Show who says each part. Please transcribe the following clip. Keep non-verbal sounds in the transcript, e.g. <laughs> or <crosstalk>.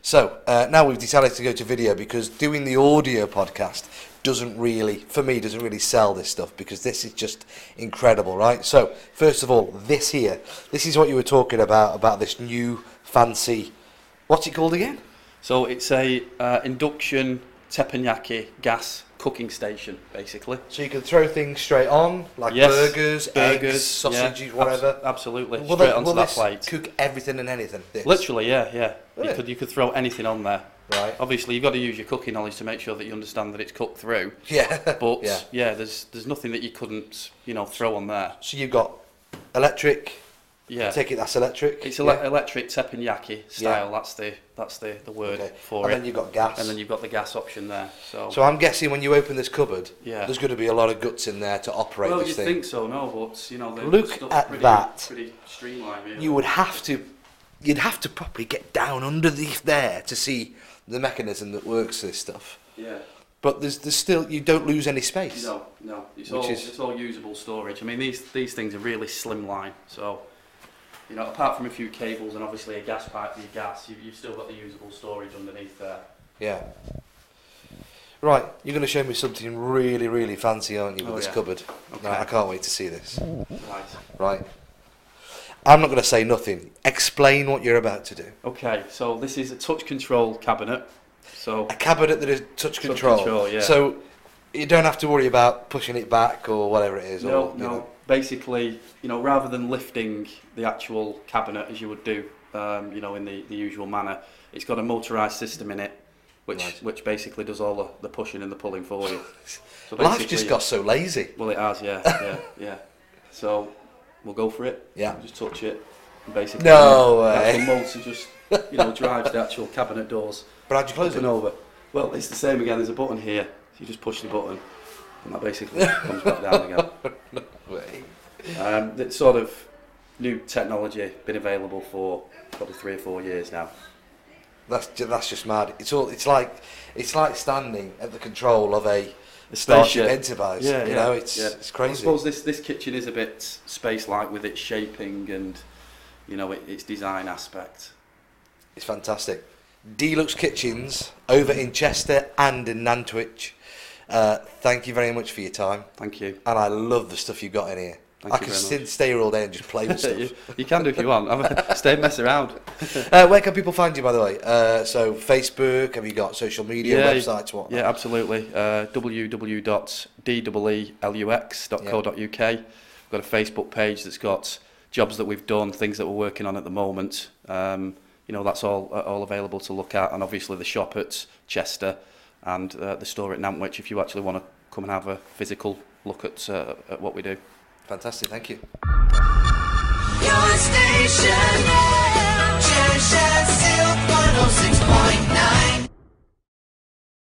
Speaker 1: So uh, now we've decided to go to video because doing the audio podcast doesn't really, for me, doesn't really sell this stuff because this is just incredible, right? So first of all, this here, this is what you were talking about about this new fancy, what's it called again?
Speaker 2: So it's a uh, induction teppanyaki gas cooking station, basically.
Speaker 1: So you can throw things straight on, like
Speaker 2: Yes,
Speaker 1: burgers, eggs,
Speaker 2: yeah,
Speaker 1: sausages,
Speaker 2: abs-
Speaker 1: whatever.
Speaker 2: absolutely,
Speaker 1: Will
Speaker 2: straight
Speaker 1: they-
Speaker 2: onto
Speaker 1: will
Speaker 2: that
Speaker 1: this
Speaker 2: plate.
Speaker 1: Cook everything and anything. This,
Speaker 2: Literally, yeah, yeah.
Speaker 1: Really?
Speaker 2: You could you could throw anything on there.
Speaker 1: right?
Speaker 2: Obviously, you've got to use your cooking knowledge to make sure that you understand that it's cooked through.
Speaker 1: Yeah. <laughs>
Speaker 2: But
Speaker 1: Yeah.
Speaker 2: yeah, there's there's nothing that you couldn't you know throw on there.
Speaker 1: So you've got electric.
Speaker 2: Yeah.
Speaker 1: Take it that's electric.
Speaker 2: it's
Speaker 1: yeah.
Speaker 2: ele- electric teppanyaki style. That's the that's the, the word
Speaker 1: Okay.
Speaker 2: for
Speaker 1: and
Speaker 2: it.
Speaker 1: then you've got gas.
Speaker 2: and then you've got the gas option there. So,
Speaker 1: so I'm guessing when you open this cupboard,
Speaker 2: Yeah.
Speaker 1: there's going to be a lot of guts in there to operate
Speaker 2: well, you
Speaker 1: this thing.
Speaker 2: think so, no? But you know, the
Speaker 1: Look
Speaker 2: stuff's
Speaker 1: at
Speaker 2: pretty,
Speaker 1: that.
Speaker 2: Pretty streamlined. Really.
Speaker 1: you would have to, you'd have to probably get down underneath there to see the mechanism that works this stuff.
Speaker 2: yeah.
Speaker 1: But there's, there's still you don't lose any space.
Speaker 2: No, no. It's
Speaker 1: Which
Speaker 2: all
Speaker 1: is-
Speaker 2: it's all usable storage. I mean, these these things are really slimline. So, you know, apart from a few cables and obviously a gas pipe for your gas, you, you've still got the usable storage underneath there.
Speaker 1: Yeah. Right, you're going to show me something really, really fancy, aren't you, with
Speaker 2: Oh,
Speaker 1: this
Speaker 2: yeah.
Speaker 1: cupboard?
Speaker 2: Okay.
Speaker 1: No, I can't wait to see this.
Speaker 2: Right.
Speaker 1: Right. I'm not going to say nothing. Explain what you're about to do.
Speaker 2: Okay. So this is a touch control cabinet. So
Speaker 1: A cabinet that is touch, control.
Speaker 2: control, yeah.
Speaker 1: So you don't have to worry about pushing it back or whatever it is.
Speaker 2: no,
Speaker 1: or, you
Speaker 2: no.
Speaker 1: know.
Speaker 2: Basically, you know, rather than lifting the actual cabinet as you would do, um, you know, in the, the usual manner, it's got a motorised system in it, which
Speaker 1: Right.
Speaker 2: which basically does all the, the pushing and the pulling for
Speaker 1: <laughs>
Speaker 2: you. So
Speaker 1: Life
Speaker 2: basically-
Speaker 1: just got so lazy.
Speaker 2: Well, it has,
Speaker 1: <laughs>
Speaker 2: yeah, yeah, yeah. So we'll go for it.
Speaker 1: Yeah.
Speaker 2: Just touch it. and Basically,
Speaker 1: No
Speaker 2: that's
Speaker 1: way.
Speaker 2: The motor just you know drives the
Speaker 1: <laughs>
Speaker 2: actual cabinet doors
Speaker 1: But how'd you close
Speaker 2: up and
Speaker 1: it?
Speaker 2: over. Well, it's the same again. There's a button here. So you just push the button, and that
Speaker 1: <laughs>
Speaker 2: basically comes back down again.
Speaker 1: Wait.
Speaker 2: Um, it's sort of new technology, been available for probably three or four years now.
Speaker 1: That's ju- that's just mad. It's all. It's like it's like standing at the control of a
Speaker 2: The
Speaker 1: Starship Enterprise.
Speaker 2: Yeah,
Speaker 1: you
Speaker 2: yeah,
Speaker 1: know, it's
Speaker 2: yeah.
Speaker 1: it's
Speaker 2: I
Speaker 1: crazy.
Speaker 2: suppose this, this kitchen is a bit space-like with its shaping and, you know, it, its design aspect.
Speaker 1: It's fantastic. Deluxe Kitchens over in Chester and in Nantwich. Uh, thank you very much for your time.
Speaker 2: Thank you.
Speaker 1: And I love the stuff you've got in here.
Speaker 2: Thank
Speaker 1: I
Speaker 2: you
Speaker 1: can
Speaker 2: very much.
Speaker 1: sit, stay here all day and just
Speaker 2: <laughs>
Speaker 1: play with
Speaker 2: you,
Speaker 1: stuff.
Speaker 2: you can do if you want. I'm, stay and mess around.
Speaker 1: uh, where can people find you, by the way? Uh, so Facebook, have you got social media,
Speaker 2: Yeah,
Speaker 1: websites, what?
Speaker 2: Yeah, absolutely. Uh, www.dwelux.co.uk. We've got a Facebook page that's got jobs that we've done, things that we're working on at the moment. Um, you know, that's all uh, all available to look at, and obviously the shop at Chester and uh, the store at Nantwich. If you actually want to come and have a physical look at uh, at what we do.
Speaker 1: Fantastic, thank you.
Speaker 3: Your station.